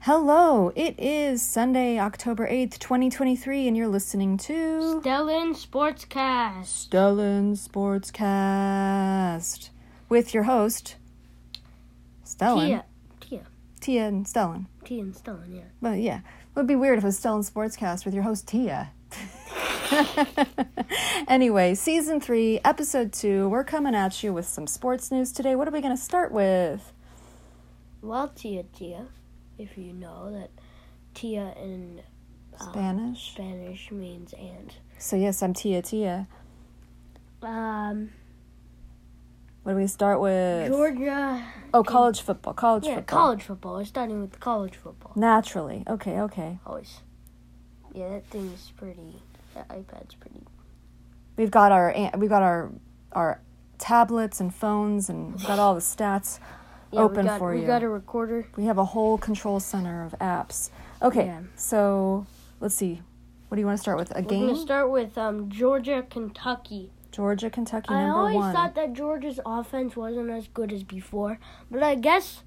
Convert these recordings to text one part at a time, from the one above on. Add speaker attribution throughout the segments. Speaker 1: Hello, it is Sunday, October 8th, 2023, and you're listening to
Speaker 2: Stellan Sportscast.
Speaker 1: Stellan Sportscast with your host, Stellan.
Speaker 2: Tia. Tia.
Speaker 1: Tia and Stellan.
Speaker 2: Tia and Stellan, yeah.
Speaker 1: But yeah, it would be weird if it was Stellan Sportscast with your host, Tia. anyway, season three, episode two, we're coming at you with some sports news today. What are we going to start with?
Speaker 2: Well, Tia, Tia, if you know that Tia in um,
Speaker 1: Spanish.
Speaker 2: Spanish means aunt.
Speaker 1: So, yes, I'm Tia Tia.
Speaker 2: Um,
Speaker 1: What do we start with?
Speaker 2: Georgia.
Speaker 1: Oh, college football. College
Speaker 2: Yeah,
Speaker 1: football.
Speaker 2: college football. We're starting with college football.
Speaker 1: Naturally. Okay, okay.
Speaker 2: Always. Yeah, that thing's pretty. That iPad's pretty.
Speaker 1: We've got our we've got our our tablets and phones and we've got all the stats
Speaker 2: Yeah,
Speaker 1: open
Speaker 2: we got,
Speaker 1: for
Speaker 2: we
Speaker 1: you.
Speaker 2: got a recorder.
Speaker 1: We have a whole control center of apps. Okay,
Speaker 2: Yeah.
Speaker 1: so let's see. What do you want to start with? A
Speaker 2: We're
Speaker 1: game?
Speaker 2: gonna start with um, Georgia, Kentucky.
Speaker 1: Georgia, Kentucky,
Speaker 2: I
Speaker 1: number
Speaker 2: always
Speaker 1: one.
Speaker 2: thought that Georgia's offense wasn't as good as before, but I guess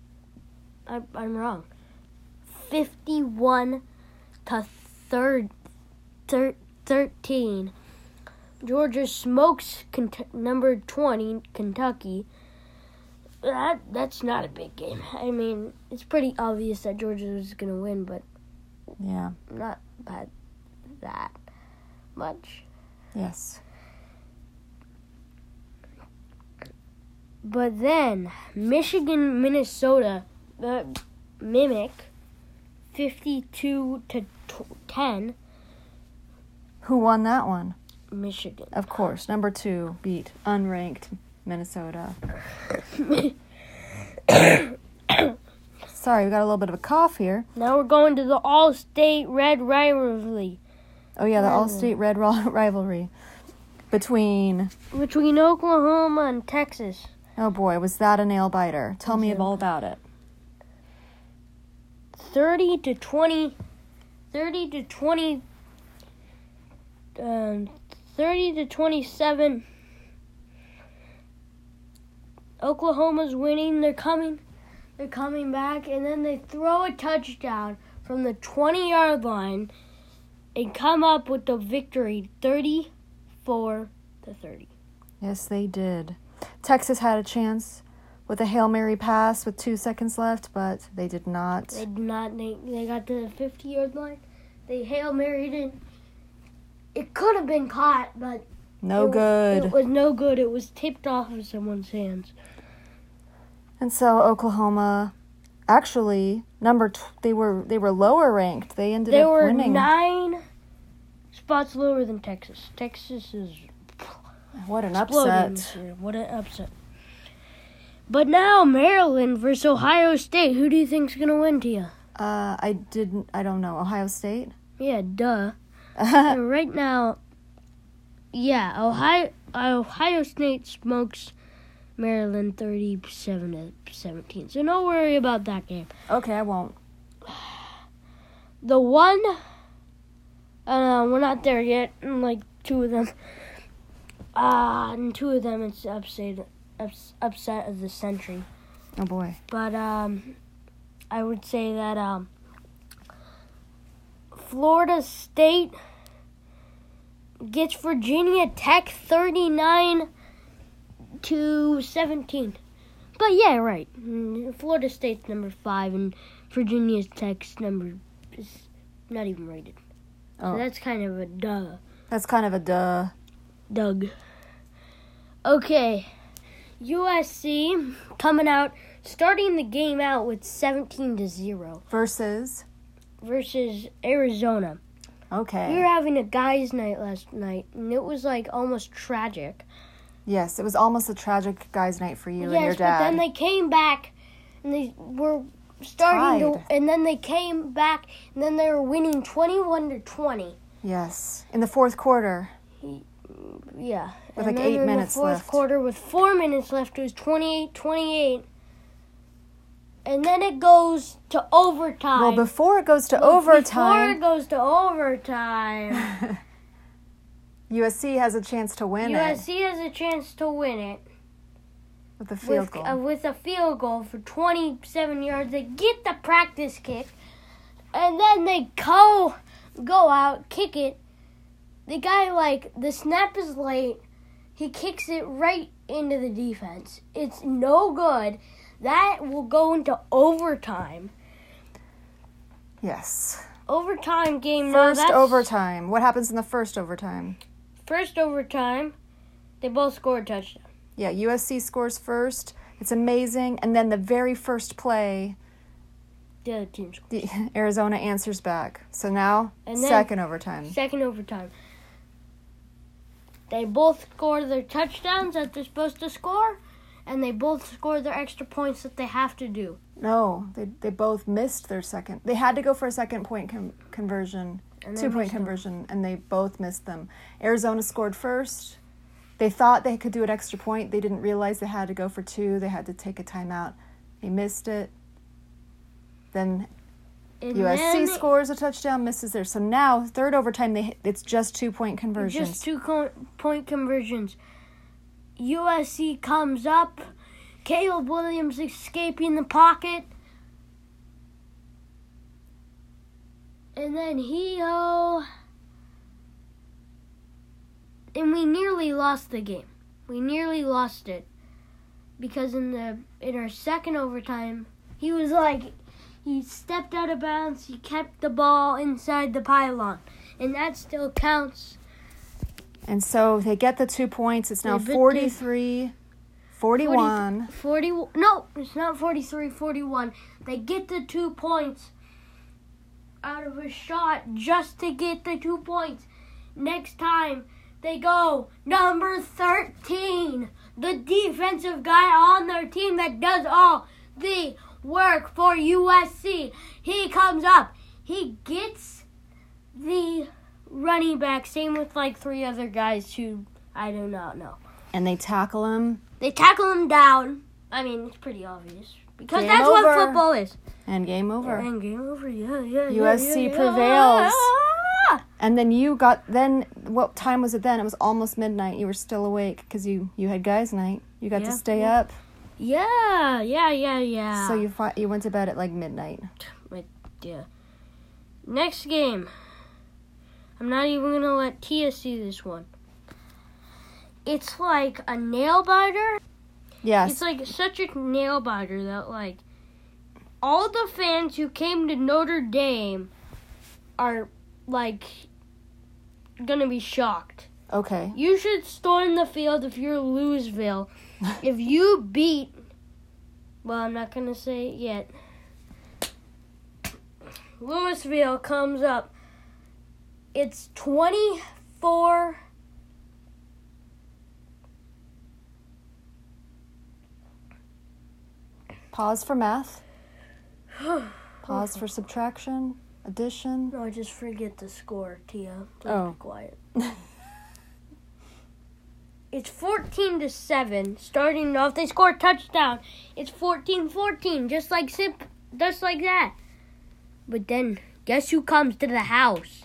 Speaker 2: I, I'm wrong. Fifty-one to third, thir- thirteen. Georgia smokes Kent- number twenty Kentucky. That that's not a big game. I mean, it's pretty obvious that Georgia was gonna win, but
Speaker 1: yeah.
Speaker 2: not by that much.
Speaker 1: Yes.
Speaker 2: But then Michigan, Minnesota, uh, mimic, fifty-two to t- ten.
Speaker 1: Who won that one?
Speaker 2: Michigan.
Speaker 1: Of course, number two beat unranked Minnesota. Sorry, we got a little bit of a cough here.
Speaker 2: Now we're going to the All-State Red Rivalry
Speaker 1: Oh yeah, the all-state red ri- rivalry between.
Speaker 2: between Oklahoma and Texas.
Speaker 1: Oh boy, was that a nail biter? Tell me all about it.
Speaker 2: Thirty to twenty. Thirty to twenty. Um, thirty to twenty-seven. Oklahoma's winning. They're coming. They're coming back, and then they throw a touchdown from the 20 yard line and come up with the victory 34 to 30.
Speaker 1: Yes, they did. Texas had a chance with a hail mary pass with two seconds left, but they did not.
Speaker 2: They did not, they, they got to the 50 yard line. They Hail Married it. It could have been caught, but
Speaker 1: No
Speaker 2: it,
Speaker 1: Oh, good.
Speaker 2: it was no good. It was tipped off of someone's hands.
Speaker 1: And so Oklahoma, actually number tw- they were they were lower ranked. They ended
Speaker 2: There
Speaker 1: up
Speaker 2: were
Speaker 1: winning.
Speaker 2: nine spots lower than Texas. Texas is
Speaker 1: what an
Speaker 2: exploding
Speaker 1: upset!
Speaker 2: this year. What an upset. But now Maryland versus Ohio State. Who do you think's gonna win, Tia?
Speaker 1: Uh, I didn't. I don't know. Ohio State.
Speaker 2: Yeah, duh. And right now, yeah, Ohio Ohio State smokes Maryland thirty-seven to seventeen. So no worry about that game.
Speaker 1: okay, I won't.
Speaker 2: The one, uh, we're not there yet. and, Like two of them, uh, and two of them it's upset ups, upset of the century.
Speaker 1: Oh boy.
Speaker 2: But um, I would say that um, Florida State gets Virginia Tech 39 to 17. But yeah, right. Mm, Florida State's number five, and Virginia Tech's number is not even rated.
Speaker 1: Oh.
Speaker 2: So that's kind of a duh.
Speaker 1: That's kind of a duh.
Speaker 2: Doug. Okay, USC coming out, starting the game out with 17 to 0
Speaker 1: Versus.
Speaker 2: versus Arizona. We were
Speaker 1: Okay.
Speaker 2: having a guys' night last night, and it was like almost tragic.
Speaker 1: Yes, it was almost a tragic guys' night for you and your
Speaker 2: yes, but
Speaker 1: dad.
Speaker 2: then they came back, and they were starting
Speaker 1: Tied.
Speaker 2: to, and then they came back, and then they were winning 21 to 20.
Speaker 1: yes, in the fourth quarter.
Speaker 2: Yeah.
Speaker 1: With, like,
Speaker 2: and then
Speaker 1: eight
Speaker 2: in
Speaker 1: minutes
Speaker 2: the fourth
Speaker 1: left.
Speaker 2: quarter with four minutes left, it was 28 28. And then it goes to overtime.
Speaker 1: Well, before it goes to
Speaker 2: But Before
Speaker 1: overtime,
Speaker 2: it goes to overtime,
Speaker 1: USC has a chance to win it
Speaker 2: USC has a chance to win it
Speaker 1: with a field
Speaker 2: with,
Speaker 1: goal.
Speaker 2: uh, with a field goal for 27 yards. They get the practice kick. and then they go go out, kick it. The guy like the snap is late. He kicks it right into the defense. It's no good. That will go into overtime.
Speaker 1: Yes.
Speaker 2: Overtime game. now,
Speaker 1: First
Speaker 2: that's-
Speaker 1: overtime. What happens in the first overtime?
Speaker 2: First overtime. They both score a touchdown.
Speaker 1: Yeah, USC scores first. It's amazing. And then the very first play,
Speaker 2: The other team scores.
Speaker 1: the, Arizona answers back. So now,
Speaker 2: And then-
Speaker 1: second overtime.
Speaker 2: Second overtime. They both score their touchdowns that they're supposed to score, and they both score their extra points that they have to do.
Speaker 1: No, they, they both missed their second. They had to go for a second point con- conversion,
Speaker 2: And they
Speaker 1: two point
Speaker 2: missed them.
Speaker 1: conversion, and they both missed them. Arizona scored first. They thought they could do an extra point. They didn't realize they had to go for two. They had to take a timeout. They missed it. Then
Speaker 2: And
Speaker 1: USC
Speaker 2: then
Speaker 1: scores a touchdown, misses there. So now third overtime, they it's just two point conversions.
Speaker 2: Just two co- point conversions. USC comes up. Caleb Williams escaping the pocket. And then he oh. And we nearly lost the game. We nearly lost it. Because in the in our second overtime, he was like he stepped out of bounds, he kept the ball inside the pylon. And that still counts.
Speaker 1: and so they get the two points. It's now
Speaker 2: They bit the-
Speaker 1: 43 41.
Speaker 2: 40 no it's not 43 41 they get the two points out of a shot just to get the two points next time they go number 13 the defensive guy on their team that does all the work for usc he comes up he gets the running back same with like three other guys who i do not know
Speaker 1: And they tackle him
Speaker 2: they tackle him down. I mean, it's pretty obvious because
Speaker 1: Game
Speaker 2: that's what
Speaker 1: over.
Speaker 2: football is.
Speaker 1: and game over.
Speaker 2: And game over. Yeah, yeah. yeah,
Speaker 1: USC
Speaker 2: yeah, yeah.
Speaker 1: prevails. And then you got then what time was it then? It was almost midnight. You were still awake cuz you you had guys night. You got
Speaker 2: Yeah.
Speaker 1: to stay
Speaker 2: Yeah.
Speaker 1: up.
Speaker 2: Yeah, yeah, yeah, yeah.
Speaker 1: So you fi- you went to bed at like midnight.
Speaker 2: yeah. Next game. I'm not even gonna let Tia see this one. It's like a nail biter.
Speaker 1: Yes.
Speaker 2: It's like such a nail biter that like all the fans who came to Notre Dame are like gonna be shocked.
Speaker 1: okay.
Speaker 2: You should storm the field if you're Louisville. if you beat, well, I'm not gonna say it yet. Louisville comes up. It's 24.
Speaker 1: Pause for math. Pause for subtraction, addition.
Speaker 2: No, just forget the score, Tia. Please
Speaker 1: Oh.
Speaker 2: be quiet. it's 14 to 7. Starting off, they score a touchdown. It's 14-14, just like sip, just like that. But then, guess who comes to the house?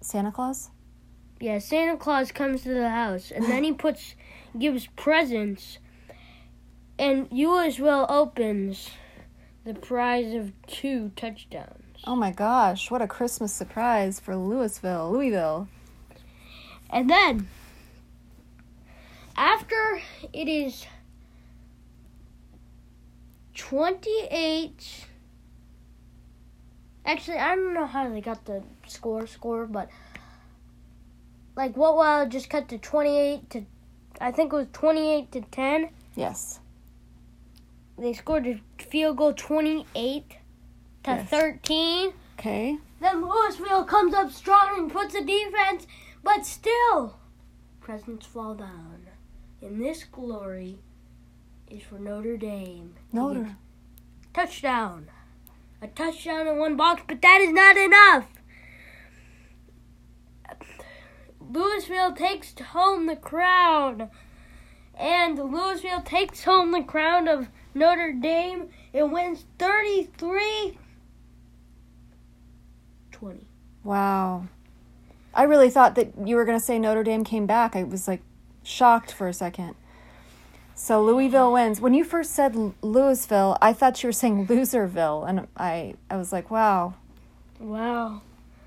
Speaker 1: Santa Claus?
Speaker 2: Yeah, Santa Claus comes to the house, and then he puts, gives presents, and Louisville opens the prize of two touchdowns.
Speaker 1: Oh my gosh, what a Christmas surprise for Louisville, Louisville.
Speaker 2: And then, after it is 28. Actually, I don't know how they got the score, score, but like what while just cut to 28 to, I think it was 28 to 10.
Speaker 1: Yes.
Speaker 2: They scored a field goal 28 to
Speaker 1: Yes.
Speaker 2: 13.
Speaker 1: Okay.
Speaker 2: Then Louisville comes up strong and puts a defense, but still, presents fall down. And this glory is for Notre Dame.
Speaker 1: Notre.
Speaker 2: Touchdown. A touchdown in one box, but that is not enough. Louisville takes home the crown. And Louisville takes home the crown of Notre Dame. It wins 33 20.
Speaker 1: Wow. I really thought that you were going to say Notre Dame came back. I was like shocked for a second. So Louisville wins. When you first said L- Louisville, I thought you were saying Loserville and I I was like, "Wow,
Speaker 2: Wow.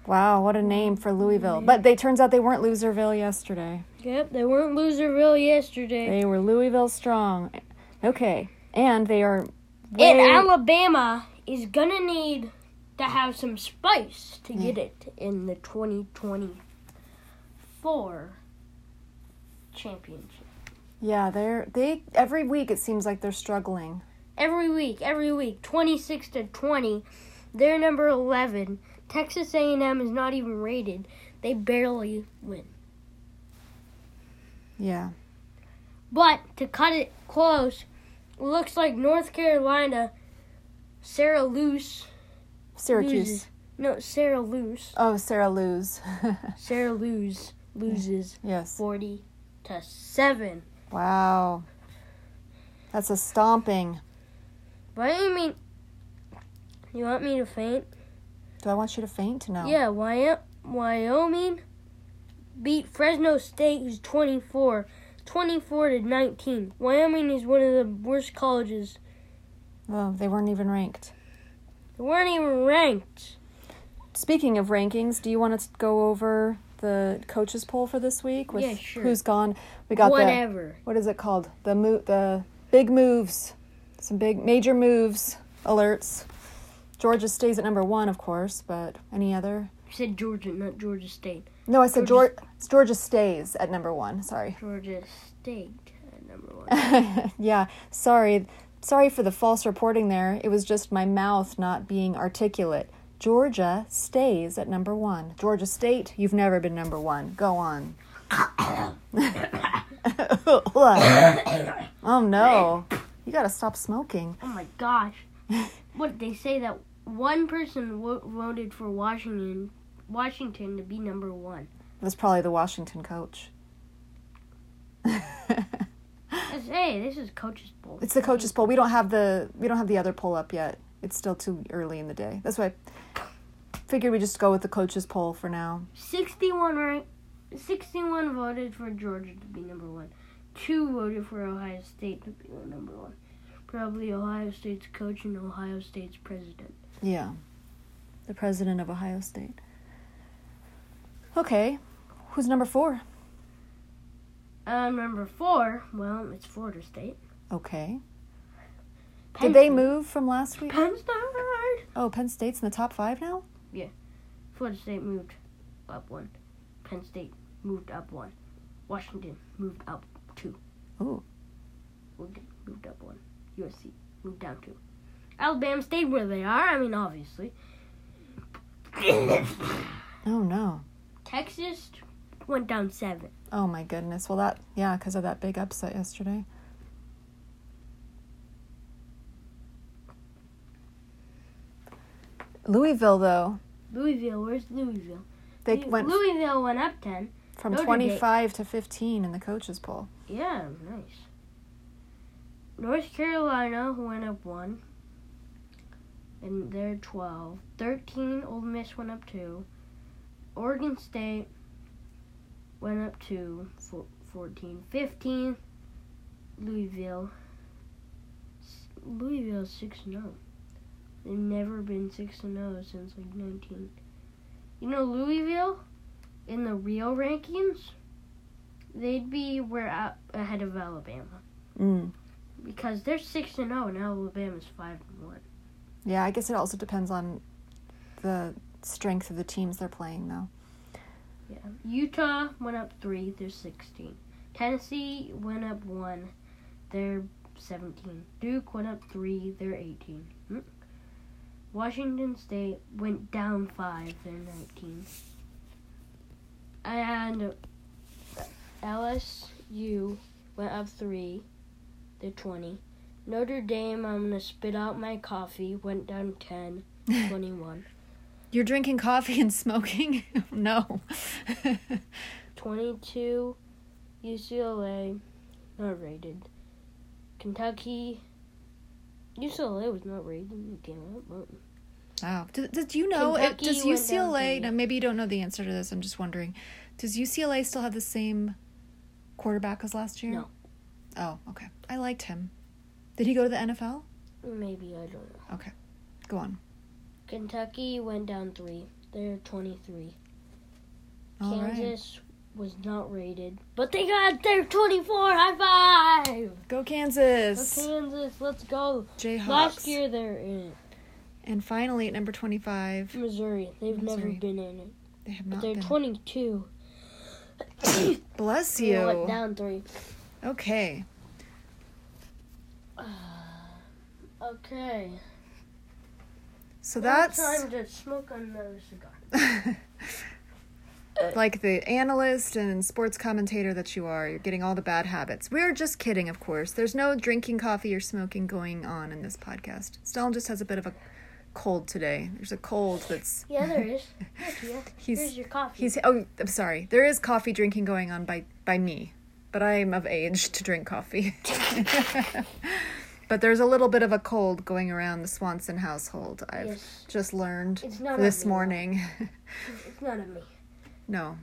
Speaker 1: Wow, what a name for Louisville. But they turns out they weren't Loserville yesterday.
Speaker 2: Yep, they weren't Loserville yesterday.
Speaker 1: They were Louisville strong. Okay. And they are
Speaker 2: And
Speaker 1: way-
Speaker 2: Alabama is gonna need to have some spice to get it in the 2024 championship.
Speaker 1: Yeah, they're they every week it seems like they're struggling.
Speaker 2: Every week, every week, 26 to 20, they're number 11. Texas A&M is not even rated. They barely win.
Speaker 1: Yeah.
Speaker 2: But to cut it close, it looks like North Carolina, Sarah Luce
Speaker 1: Syracuse.
Speaker 2: loses. No, Sarah Luce.
Speaker 1: Oh, Sarah lose.
Speaker 2: Sarah Luce loses
Speaker 1: yes.
Speaker 2: 40 to 7.
Speaker 1: Wow. That's a stomping.
Speaker 2: Why do you mean? You want me to faint?
Speaker 1: Do I want you to faint? No.
Speaker 2: Yeah, Wyo- Wyoming beat Fresno State, who's 24, 24 to 19. Wyoming is one of the worst colleges.
Speaker 1: Well, they weren't even ranked.
Speaker 2: They weren't even ranked.
Speaker 1: Speaking of rankings, do you want to go over the coaches poll for this week with
Speaker 2: Yeah, sure.
Speaker 1: who's gone? We got the
Speaker 2: Whatever.
Speaker 1: what is it called? The mo- the big moves. Some big major moves alerts. Georgia stays at number 1, of course, but any other
Speaker 2: I said Georgia, not Georgia State.
Speaker 1: No, I said Georgia,
Speaker 2: Georgia-
Speaker 1: Georgia stays at number one. Sorry.
Speaker 2: Georgia State at number one.
Speaker 1: yeah, sorry. Sorry for the false reporting there. It was just my mouth not being articulate. Georgia stays at number one. Georgia State, you've never been number one. Go on. oh no. You gotta stop smoking.
Speaker 2: oh my gosh. What they say that one person wo- voted for Washington, Washington to be number one.
Speaker 1: That's probably the Washington coach.
Speaker 2: That's- hey, this is coach's bowl.
Speaker 1: It's the coaches poll. We don't have the we don't have the other poll up yet. It's still too early in the day. That's why I figured we just go with the coaches poll for now.
Speaker 2: Sixty-one rank, sixty-one voted for Georgia to be number one. Two voted for Ohio State to be number one. Probably Ohio State's coach and Ohio State's president.
Speaker 1: Yeah. The president of Ohio State. Okay. Who's number 4?
Speaker 2: Um, number four. Well, it's Florida State.
Speaker 1: Okay. Did they
Speaker 2: Penn-
Speaker 1: move from last week?
Speaker 2: Penn State.
Speaker 1: Oh, Penn State's in the top 5 now?
Speaker 2: Florida State moved up one. Penn State moved up one. Washington moved up two.
Speaker 1: Ooh.
Speaker 2: Oregon moved up one. USC moved down two. Alabama stayed where they are. I mean, obviously.
Speaker 1: Oh no.
Speaker 2: Texas went down seven.
Speaker 1: Oh my goodness. Well, that yeah, cuz of that big upset yesterday. Louisville though.
Speaker 2: Louisville, where's Louisville?
Speaker 1: They
Speaker 2: Lou-
Speaker 1: went
Speaker 2: Louisville went up ten.
Speaker 1: from
Speaker 2: Notre Dame.
Speaker 1: 25 to 15 in the coaches poll.
Speaker 2: Yeah, nice. North Carolina went up one. And they're 12. 13, Old Miss went up two. Oregon State went up two. Four, 14. 15, Louisville. S- Louisville 6 0. oh. They've never been 6 0 since like 19. You know, Louisville, in the real rankings, they'd be we're out ahead of Alabama
Speaker 1: Mm.
Speaker 2: because they're six and zero and Alabama's five and one.
Speaker 1: Yeah, I guess it also depends on the strength of the teams they're playing though.
Speaker 2: Yeah, Utah went up three. They're sixteen. Tennessee went up one. They're seventeen. Duke went up three. They're eighteen. Hmm. Washington State went down five. They're nineteen. And LSU went up three. They're twenty. Notre Dame, I'm gonna spit out my coffee. Went down 10, 21.
Speaker 1: You're drinking coffee and smoking? no.
Speaker 2: 22, UCLA, not rated. Kentucky, UCLA was not rated when it came out. but-
Speaker 1: Wow. Do, do, do you know? uh,
Speaker 2: Kentucky
Speaker 1: Does
Speaker 2: went down
Speaker 1: UCLA?
Speaker 2: three.
Speaker 1: Now, maybe you don't know the answer to this. I'm just wondering. Does UCLA still have the same quarterback as last year?
Speaker 2: No.
Speaker 1: Oh, okay. I liked him. Did he go to the NFL?
Speaker 2: Maybe, I don't know.
Speaker 1: Go on.
Speaker 2: Kentucky went down three. They're 23.
Speaker 1: All right.
Speaker 2: Kansas was not rated, but they got their 24. High five!
Speaker 1: Go
Speaker 2: Go
Speaker 1: Kansas.
Speaker 2: Kansas, let's go.
Speaker 1: Jayhawks.
Speaker 2: Last year they're in
Speaker 1: And finally, at number 25,
Speaker 2: it. Missouri. They've
Speaker 1: Missouri.
Speaker 2: never been in it.
Speaker 1: they have
Speaker 2: But
Speaker 1: not
Speaker 2: they're
Speaker 1: been.
Speaker 2: 22.
Speaker 1: Bless
Speaker 2: They went
Speaker 1: you.
Speaker 2: down three.
Speaker 1: Okay.
Speaker 2: Okay.
Speaker 1: So
Speaker 2: Now
Speaker 1: that's
Speaker 2: time to smoke another cigar.
Speaker 1: like the analyst and sports commentator that you are. You're getting all the bad habits. We're just kidding, of course. There's no drinking coffee or smoking going on in this podcast. Stellan just has a bit of a cold today. There's a cold that's.
Speaker 2: Yeah, there is. Heck yeah.
Speaker 1: He's-
Speaker 2: Here's your coffee.
Speaker 1: He's oh, I'm sorry. There is coffee drinking going on by by me, but I am of age to drink coffee. but there's a little bit of a cold going around the Swanson household. I've
Speaker 2: Yes.
Speaker 1: just learned
Speaker 2: It's not
Speaker 1: this
Speaker 2: everyone.
Speaker 1: morning.
Speaker 2: It's not on me.
Speaker 1: no.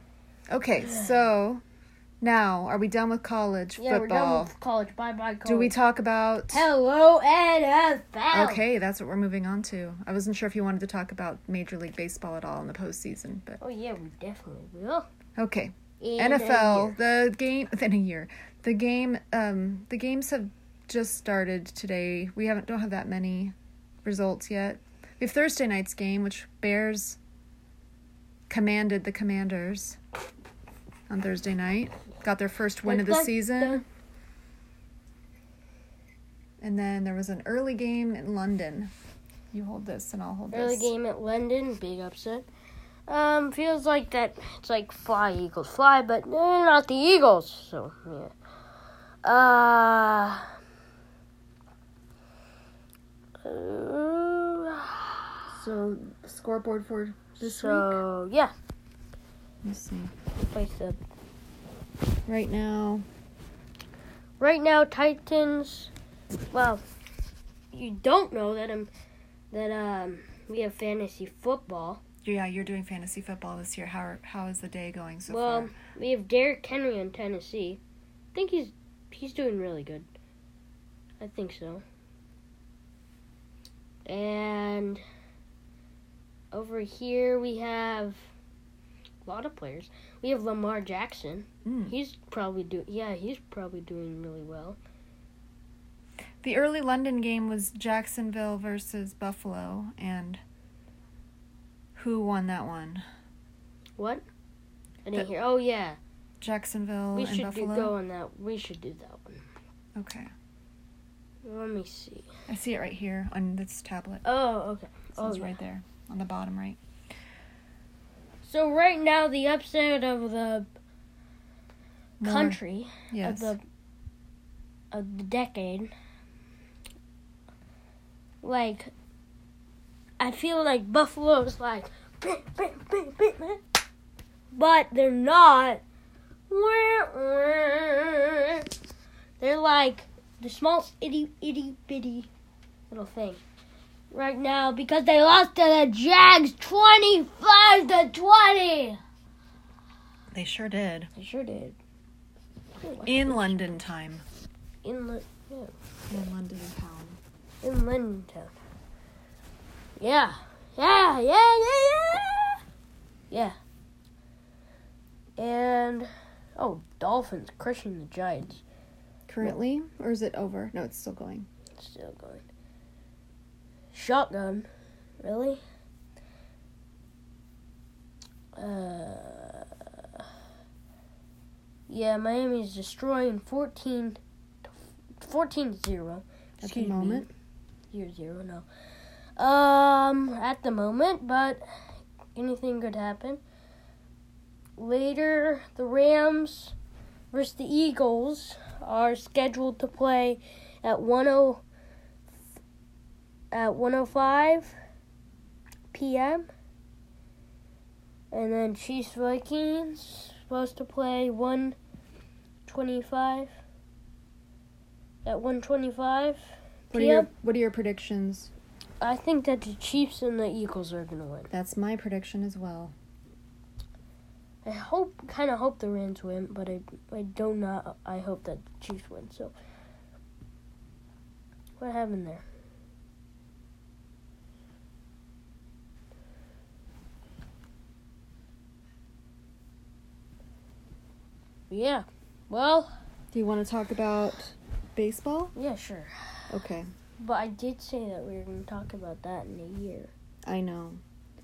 Speaker 1: Okay, so now are we done with college
Speaker 2: Yeah, we're done
Speaker 1: football?
Speaker 2: with college. Bye bye, college.
Speaker 1: Do we talk about
Speaker 2: Hello, NFL.
Speaker 1: Okay, that's what we're moving on to. I wasn't sure if you wanted to talk about Major League Baseball at all in the postseason, but
Speaker 2: Oh, yeah, we definitely will.
Speaker 1: okay.
Speaker 2: In a
Speaker 1: NFL,
Speaker 2: year.
Speaker 1: the game within a year. The game um the games have just started today. We haven't don't have that many results yet. We have Thursday night's game, which Bears commanded the commanders on Thursday night. Got their first win of the
Speaker 2: Like, like,
Speaker 1: season. And then there was an early game in London. You hold this and I'll hold
Speaker 2: Early
Speaker 1: this.
Speaker 2: game at London, big upset. Um, feels like that. It's like fly Eagles fly, but eh, not the Eagles. So yeah. Uh. uh,
Speaker 1: So scoreboard for this week.
Speaker 2: so yeah,
Speaker 1: Let's see.
Speaker 2: like the
Speaker 1: Right now
Speaker 2: right now Titans. Well, you don't know that I'm that um we have fantasy football.
Speaker 1: Yeah, you're doing fantasy football this year. How are, how is the day going so
Speaker 2: well,
Speaker 1: far?
Speaker 2: we have Derrick Henry on Tennessee. I think he's he's doing really good. I think so. And over here we have a lot of players. We have Lamar Jackson.
Speaker 1: Mm.
Speaker 2: He's probably do yeah, he's probably doing really well.
Speaker 1: The early London game was Jacksonville versus Buffalo, and who won that one?
Speaker 2: What? I didn't
Speaker 1: The-
Speaker 2: hear. Oh yeah,
Speaker 1: Jacksonville
Speaker 2: we
Speaker 1: and
Speaker 2: should do,
Speaker 1: Uh, Buffalo.
Speaker 2: go on that. We should do that one.
Speaker 1: Okay,
Speaker 2: Let me see.
Speaker 1: I see it right here on this tablet.
Speaker 2: Oh okay.
Speaker 1: So
Speaker 2: oh
Speaker 1: it's
Speaker 2: yeah.
Speaker 1: right there on the bottom right.
Speaker 2: So right now the upset of the
Speaker 1: More-
Speaker 2: country uh,
Speaker 1: Yes.
Speaker 2: of the of the decade. Like I feel like Buffalo's like but they're not they're like the smallest itty itty bitty little thing right now because they lost to the Jags twenty five to twenty.
Speaker 1: They sure did.
Speaker 2: They sure did.
Speaker 1: In London time.
Speaker 2: In the
Speaker 1: In London town.
Speaker 2: in London. Yeah. Yeah, yeah, yeah, yeah. Yeah. And oh, Dolphins crushing the Giants.
Speaker 1: Currently, or is it over? No, it's still going.
Speaker 2: Still going. Shotgun. Really? Uh Yeah, Miami's destroying 14 to 14 0.
Speaker 1: At the moment,
Speaker 2: Year zero, no. Um, at the moment, but anything could happen. Later, the Rams versus the Eagles are scheduled to play at one o at one o five p.m. And then Chiefs Vikings supposed to play one twenty five at one twenty five.
Speaker 1: what are your what are your predictions?
Speaker 2: I think that the Chiefs and the Eagles are gonna win.
Speaker 1: That's my prediction as well.
Speaker 2: I hope, kind of hope the Rams win, but I, I do not. I hope that the Chiefs win. So, what happened there? Yeah. Well,
Speaker 1: Do you want to talk about baseball?
Speaker 2: yeah, sure.
Speaker 1: Okay,
Speaker 2: But I did say that we were going to talk about that in a year.
Speaker 1: I know.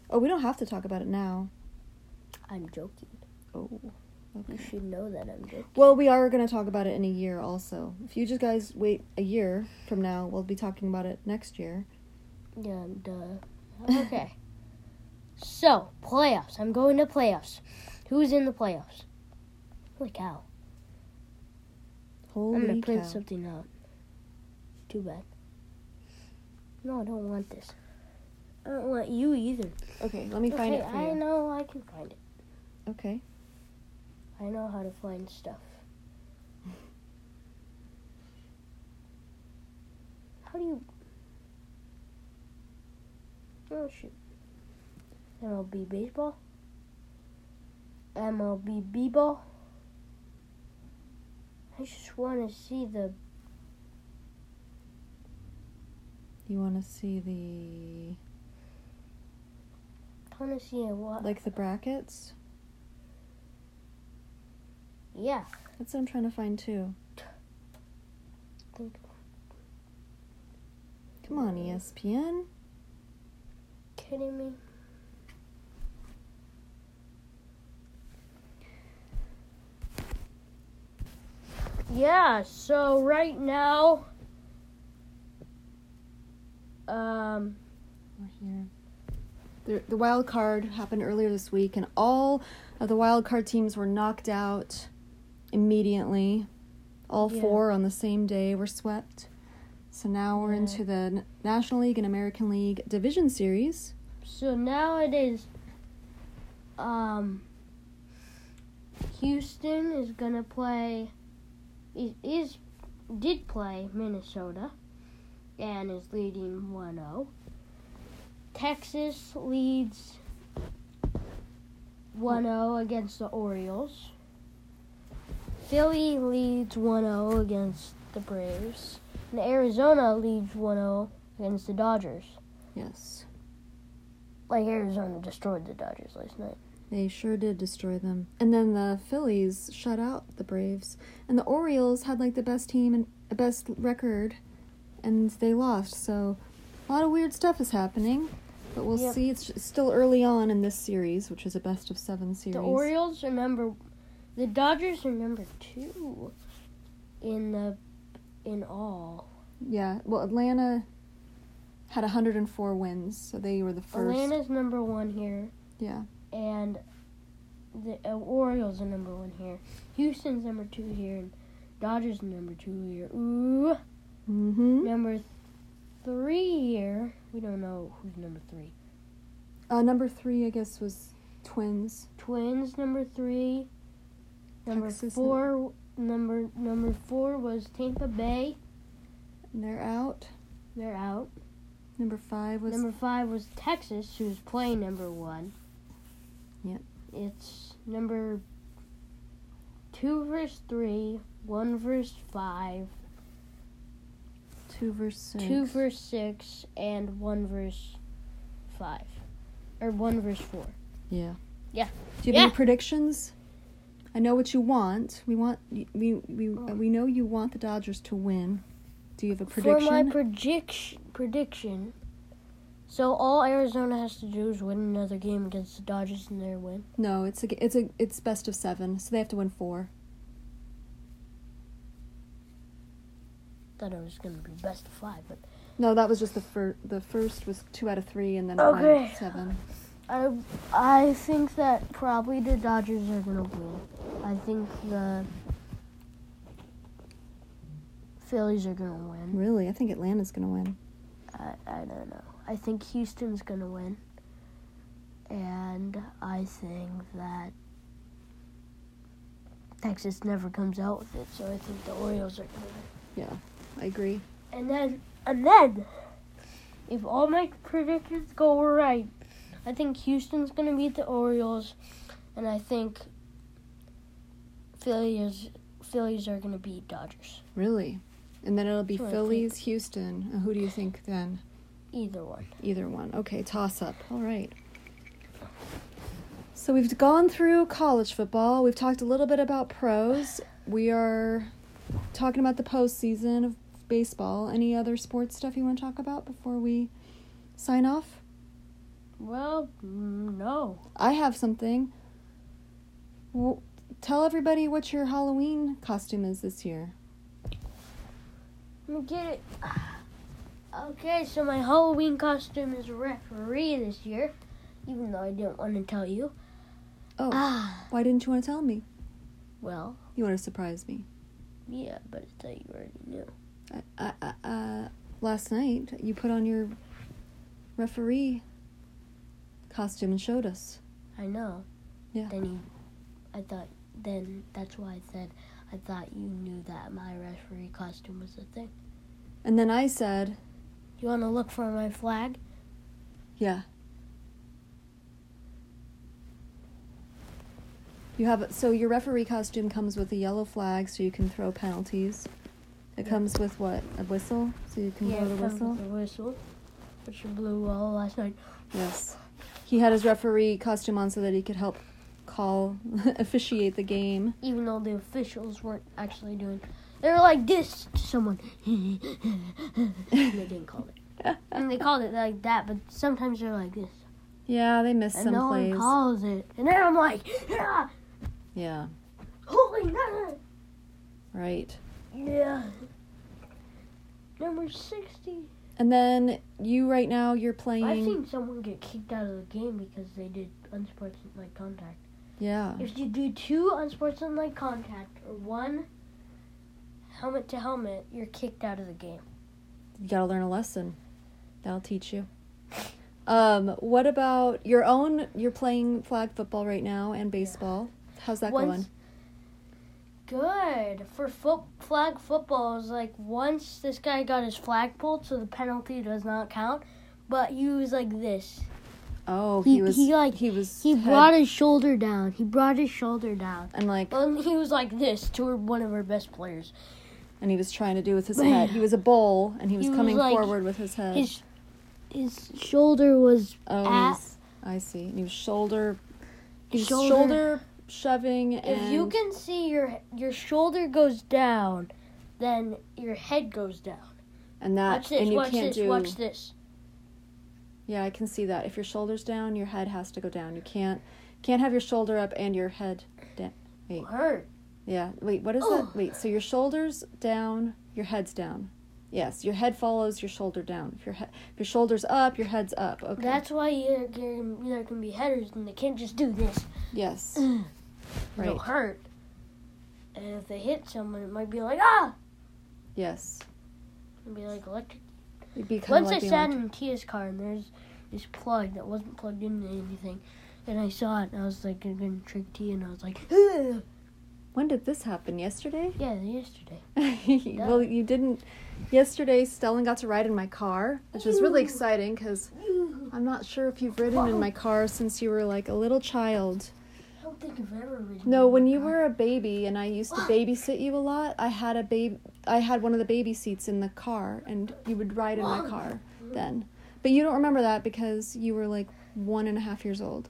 Speaker 1: Oh, we don't have to talk about it now.
Speaker 2: I'm joking.
Speaker 1: Oh.
Speaker 2: You
Speaker 1: Okay.
Speaker 2: should know that I'm joking.
Speaker 1: Well, we are going to talk about it in a year also. If you just guys wait a year from now, we'll be talking about it next year.
Speaker 2: Yeah, duh. Okay. so, playoffs. I'm going to playoffs. Who's in the playoffs? Holy cow. I'm
Speaker 1: Holy
Speaker 2: gonna print
Speaker 1: cow.
Speaker 2: something out. Too bad. No, I don't want this. I don't want you either.
Speaker 1: Okay, let me find
Speaker 2: okay,
Speaker 1: it for
Speaker 2: I
Speaker 1: you.
Speaker 2: know I can find it.
Speaker 1: Okay.
Speaker 2: I know how to find stuff. How do you? Oh shoot. MLB baseball. MLB b-ball. I just want to see the
Speaker 1: You want to see the
Speaker 2: I want to see a what?
Speaker 1: like the brackets?
Speaker 2: yeah.
Speaker 1: That's what I'm trying to find too.
Speaker 2: Think.
Speaker 1: Come on, E ESPN.
Speaker 2: Kidding me? Yeah. So right now, um,
Speaker 1: We're here. The, the wild card happened earlier this week, and all of the wild card teams were knocked out immediately. All
Speaker 2: Yeah.
Speaker 1: four on the same day were swept. So now we're
Speaker 2: Yeah.
Speaker 1: into the N- National League and American League division series.
Speaker 2: so now it is, um, Houston is gonna play. Is, is did play Minnesota, and is leading 1-0. Texas leads 1-0 against the Orioles. Philly leads 1-0 against the Braves. And Arizona leads 1-0 against the Dodgers.
Speaker 1: Yes,
Speaker 2: Like Arizona destroyed the Dodgers last night.
Speaker 1: they sure did destroy them. And then the Phillies shut out the Braves, and the Orioles had like the best team and the best record, and they lost. So a lot of weird stuff is happening. But we'll
Speaker 2: Yep.
Speaker 1: see. It's it's still early on in this series, which is a best of seven series.
Speaker 2: The Orioles are number the Dodgers are number 2 in the in all.
Speaker 1: Yeah, well, Atlanta had 104 wins, so they were the first.
Speaker 2: Atlanta's number one here,
Speaker 1: Yeah,
Speaker 2: and the uh, Orioles are number one here. Houston's number two here, and Dodgers are number two here. Ooh,
Speaker 1: mm-hmm.
Speaker 2: number three here. We don't know who's number three.
Speaker 1: Uh, number three, I guess, was Twins.
Speaker 2: Twins number three. Number
Speaker 1: Texas num-
Speaker 2: four. Number number four was Tampa Bay.
Speaker 1: They're out.
Speaker 2: They're out.
Speaker 1: Number five was
Speaker 2: Number five was Texas, who's playing number one.
Speaker 1: Yep.
Speaker 2: It's number two versus three, one versus five,
Speaker 1: two versus six.
Speaker 2: two versus six, and one versus five. Or one versus four.
Speaker 1: Yeah.
Speaker 2: Yeah.
Speaker 1: Do you have any
Speaker 2: Yeah.
Speaker 1: predictions? I know what you want. We want we we we know you want the Dodgers to win. Do you have a prediction?
Speaker 2: For my prediction, prediction, so all Arizona has to do is win another game against the Dodgers and their win.
Speaker 1: no, it's a it's a it's best of seven, so they have to win four.
Speaker 2: Thought it was gonna be best of five, but
Speaker 1: No, that was just the first. The first was two out of three, and then one out
Speaker 2: Okay.
Speaker 1: of seven.
Speaker 2: I I think that probably the Dodgers are gonna win. I think the Phillies are gonna win.
Speaker 1: Really, I think Atlanta's gonna win.
Speaker 2: I, I don't know. I think Houston's gonna win, and I think that Texas never comes out with it. So I think the Orioles are gonna win.
Speaker 1: I agree.
Speaker 2: And then and then if all my predictions go right, I think Houston's gonna beat the Orioles, and I think Phillies Phillies are gonna beat Dodgers.
Speaker 1: Really, and then it'll be
Speaker 2: Sure, I
Speaker 1: Phillies, Houston. Uh, Who do you think then?
Speaker 2: Either one.
Speaker 1: Either one. Okay, toss up. All right. So we've gone through college football. We've talked a little bit about pros. We are talking about the postseason of baseball. Any other sports stuff you want to talk about before we sign off?
Speaker 2: Well, no.
Speaker 1: I have something. W tell everybody what your Halloween costume is this year.
Speaker 2: Let me get it. Okay, so my Halloween costume is referee this year, even though I didn't want to tell you.
Speaker 1: Oh,
Speaker 2: Ah,
Speaker 1: why didn't you want to tell me?
Speaker 2: well,
Speaker 1: You want to surprise me.
Speaker 2: yeah, but I thought you already knew.
Speaker 1: I, I, I, uh, last night, you put on your referee costume and showed us.
Speaker 2: I know.
Speaker 1: Yeah.
Speaker 2: Then you, I thought. Then that's why I said I thought you knew that my referee costume was a thing.
Speaker 1: And then I said,
Speaker 2: You want to look for my flag?
Speaker 1: yeah. You have so your referee costume comes with a yellow flag, so you can throw penalties. It
Speaker 2: Yeah.
Speaker 1: comes with what a whistle, so you can blow the
Speaker 2: it comes
Speaker 1: whistle.
Speaker 2: with a whistle, which you blew all last night.
Speaker 1: Yes. He had his referee costume on so that he could help call, officiate the game.
Speaker 2: even though the officials weren't actually doing. They were like this to someone. and they didn't call it. And they called it like that, but sometimes they're like this.
Speaker 1: Yeah, they missed
Speaker 2: And
Speaker 1: some
Speaker 2: no
Speaker 1: plays.
Speaker 2: one calls it. And then I'm like, yeah,
Speaker 1: Yeah,
Speaker 2: holy nut!
Speaker 1: right.
Speaker 2: Yeah. Number 60.
Speaker 1: And then you right now you're playing.
Speaker 2: I've seen someone get kicked out of the game because they did unsportsmanlike contact.
Speaker 1: yeah,
Speaker 2: If you do two unsportsmanlike contact or one helmet to helmet, you're kicked out of the game.
Speaker 1: you gotta learn a lesson. That'll teach you. Um, what about your own? You're playing flag football right now and baseball. How's that
Speaker 2: Once- Good for foot flag football is like once this guy got his flag pulled, so the penalty does not count. But he was like this.
Speaker 1: going? Oh, he,
Speaker 2: He-
Speaker 1: was.
Speaker 2: he, like,
Speaker 1: he was.
Speaker 2: He
Speaker 1: head-
Speaker 2: brought his shoulder down. He brought his shoulder down.
Speaker 1: and like
Speaker 2: And he was like this to one of our best players.
Speaker 1: and he was trying to do with his head. He was a bowl and he was
Speaker 2: He was,
Speaker 1: coming
Speaker 2: like,
Speaker 1: forward with his head.
Speaker 2: His his shoulder was
Speaker 1: Oh,
Speaker 2: at-
Speaker 1: he's- I see. And he was shoulder, he was shoulder,
Speaker 2: Shoulder-
Speaker 1: shoving, and
Speaker 2: if you can see your your shoulder goes down, then your head goes down.
Speaker 1: and that,
Speaker 2: Watch this.
Speaker 1: Uh, and you
Speaker 2: Watch
Speaker 1: can't
Speaker 2: this.
Speaker 1: do.
Speaker 2: Watch this.
Speaker 1: Yeah, I can see that. If your shoulder's down, your head has to go down. You can't, can't have your shoulder up and your head down.
Speaker 2: Hurt.
Speaker 1: Yeah. Wait, what is
Speaker 2: Oh.
Speaker 1: that? Wait. So your shoulders down, your head's down. Yes, your head follows your shoulder down. If your head, if your shoulder's up, your head's up. Okay.
Speaker 2: That's why you- you- there can be headers, and they can't just do this.
Speaker 1: yes. right.
Speaker 2: It'll hurt. And if they hit someone, it might be like, ah!
Speaker 1: Yes.
Speaker 2: It'll be like electric.
Speaker 1: It'd be kind
Speaker 2: Once
Speaker 1: like
Speaker 2: I
Speaker 1: being
Speaker 2: sat
Speaker 1: like-
Speaker 2: in Tia's car and there's this plug that wasn't plugged into anything. And I saw it and I was like, I'm gonna trick Tia. And I was like, Ugh.
Speaker 1: When did this happen? Yesterday.
Speaker 2: yeah, yesterday.
Speaker 1: well, you didn't. Yesterday, Stellan got to ride in my car, which was really
Speaker 2: Ew.
Speaker 1: exciting because I'm not sure if you've ridden in my car since you were like a little child.
Speaker 2: I don't think I've ever ridden.
Speaker 1: No,
Speaker 2: in
Speaker 1: when
Speaker 2: a
Speaker 1: you
Speaker 2: car.
Speaker 1: were a baby and I used to babysit you a lot, I had a baby. I had one of the baby seats in the car, and you would ride in my car then. But you don't remember that because you were like one and a half years old.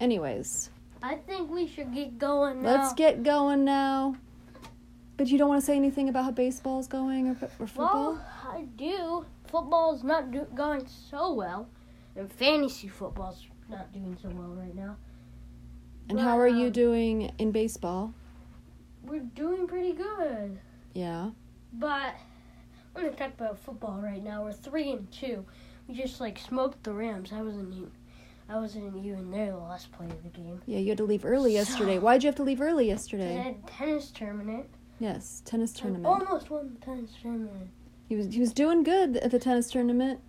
Speaker 1: Anyways,
Speaker 2: I think we should get going now.
Speaker 1: let's get going now. But you don't want to say anything about how baseball's going or, or football?
Speaker 2: Well, I do. Football's not do- going so well. And fantasy football's not doing so well right now.
Speaker 1: And how are you
Speaker 2: Um,
Speaker 1: doing in baseball?
Speaker 2: We're doing pretty good.
Speaker 1: Yeah.
Speaker 2: But we're gonna talk about football right now. We're three and two. We just like smoked the Rams. I wasn't even, I wasn't even there the last play of the game.
Speaker 1: Yeah, you had to leave early yesterday. Why'd you have to leave early
Speaker 2: They
Speaker 1: yesterday?
Speaker 2: had tennis tournament.
Speaker 1: Yes, tennis
Speaker 2: I
Speaker 1: tournament.
Speaker 2: almost won the tennis tournament.
Speaker 1: He was he was doing good at the tennis tournament.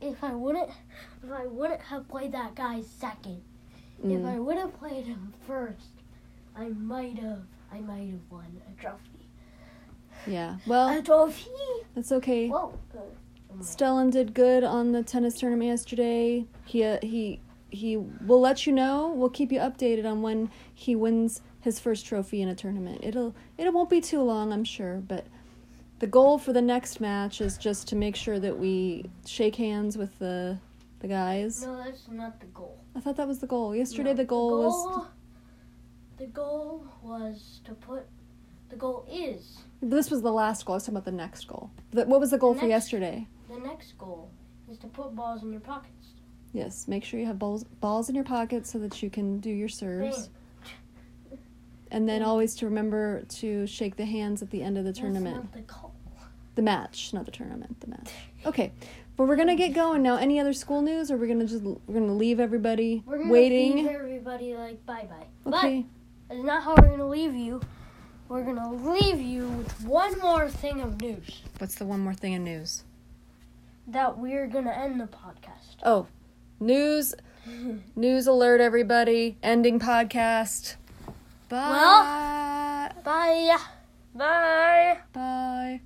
Speaker 2: If I wouldn't, if I wouldn't have played that guy second, if I
Speaker 1: Mm.
Speaker 2: would have played him first, I might have, I might have won a trophy.
Speaker 1: Yeah.
Speaker 2: A
Speaker 1: Well,
Speaker 2: trophy.
Speaker 1: that's okay.
Speaker 2: Whoa. Uh,
Speaker 1: Stellan did good on the tennis tournament yesterday. He uh, he he will let you know. We'll keep you updated on when he wins his first trophy in a tournament. It'll it won't be too long, I'm sure, but the goal for the next match is just to make sure that we shake hands with the the guys.
Speaker 2: No, that's not the goal.
Speaker 1: I thought that was the goal. Yesterday
Speaker 2: No,
Speaker 1: the goal was
Speaker 2: goal- The goal was to put. The goal is
Speaker 1: this was the last goal. I was talking about the next goal. The, what was the goal for
Speaker 2: Next.
Speaker 1: yesterday?
Speaker 2: the next goal is to put balls in your pockets.
Speaker 1: Yes, make sure you have balls balls in your pockets so that you can do your serves,
Speaker 2: Bam.
Speaker 1: and then
Speaker 2: Bam.
Speaker 1: always to remember to shake the hands at the end of the tournament,
Speaker 2: That's not the goal.
Speaker 1: the match, not the tournament, the match. Okay, but we're gonna get going now. Any other school news, or we're gonna just we're gonna leave everybody
Speaker 2: We're gonna
Speaker 1: waiting?
Speaker 2: leave everybody like bye bye.
Speaker 1: okay,
Speaker 2: But that's not how we're gonna leave you. We're gonna leave you with one more thing of news
Speaker 1: what's the one more thing in news?
Speaker 2: that we're gonna end the podcast.
Speaker 1: Oh, news, news alert, everybody! Ending podcast. Bye.
Speaker 2: Bye. Bye.
Speaker 1: Bye.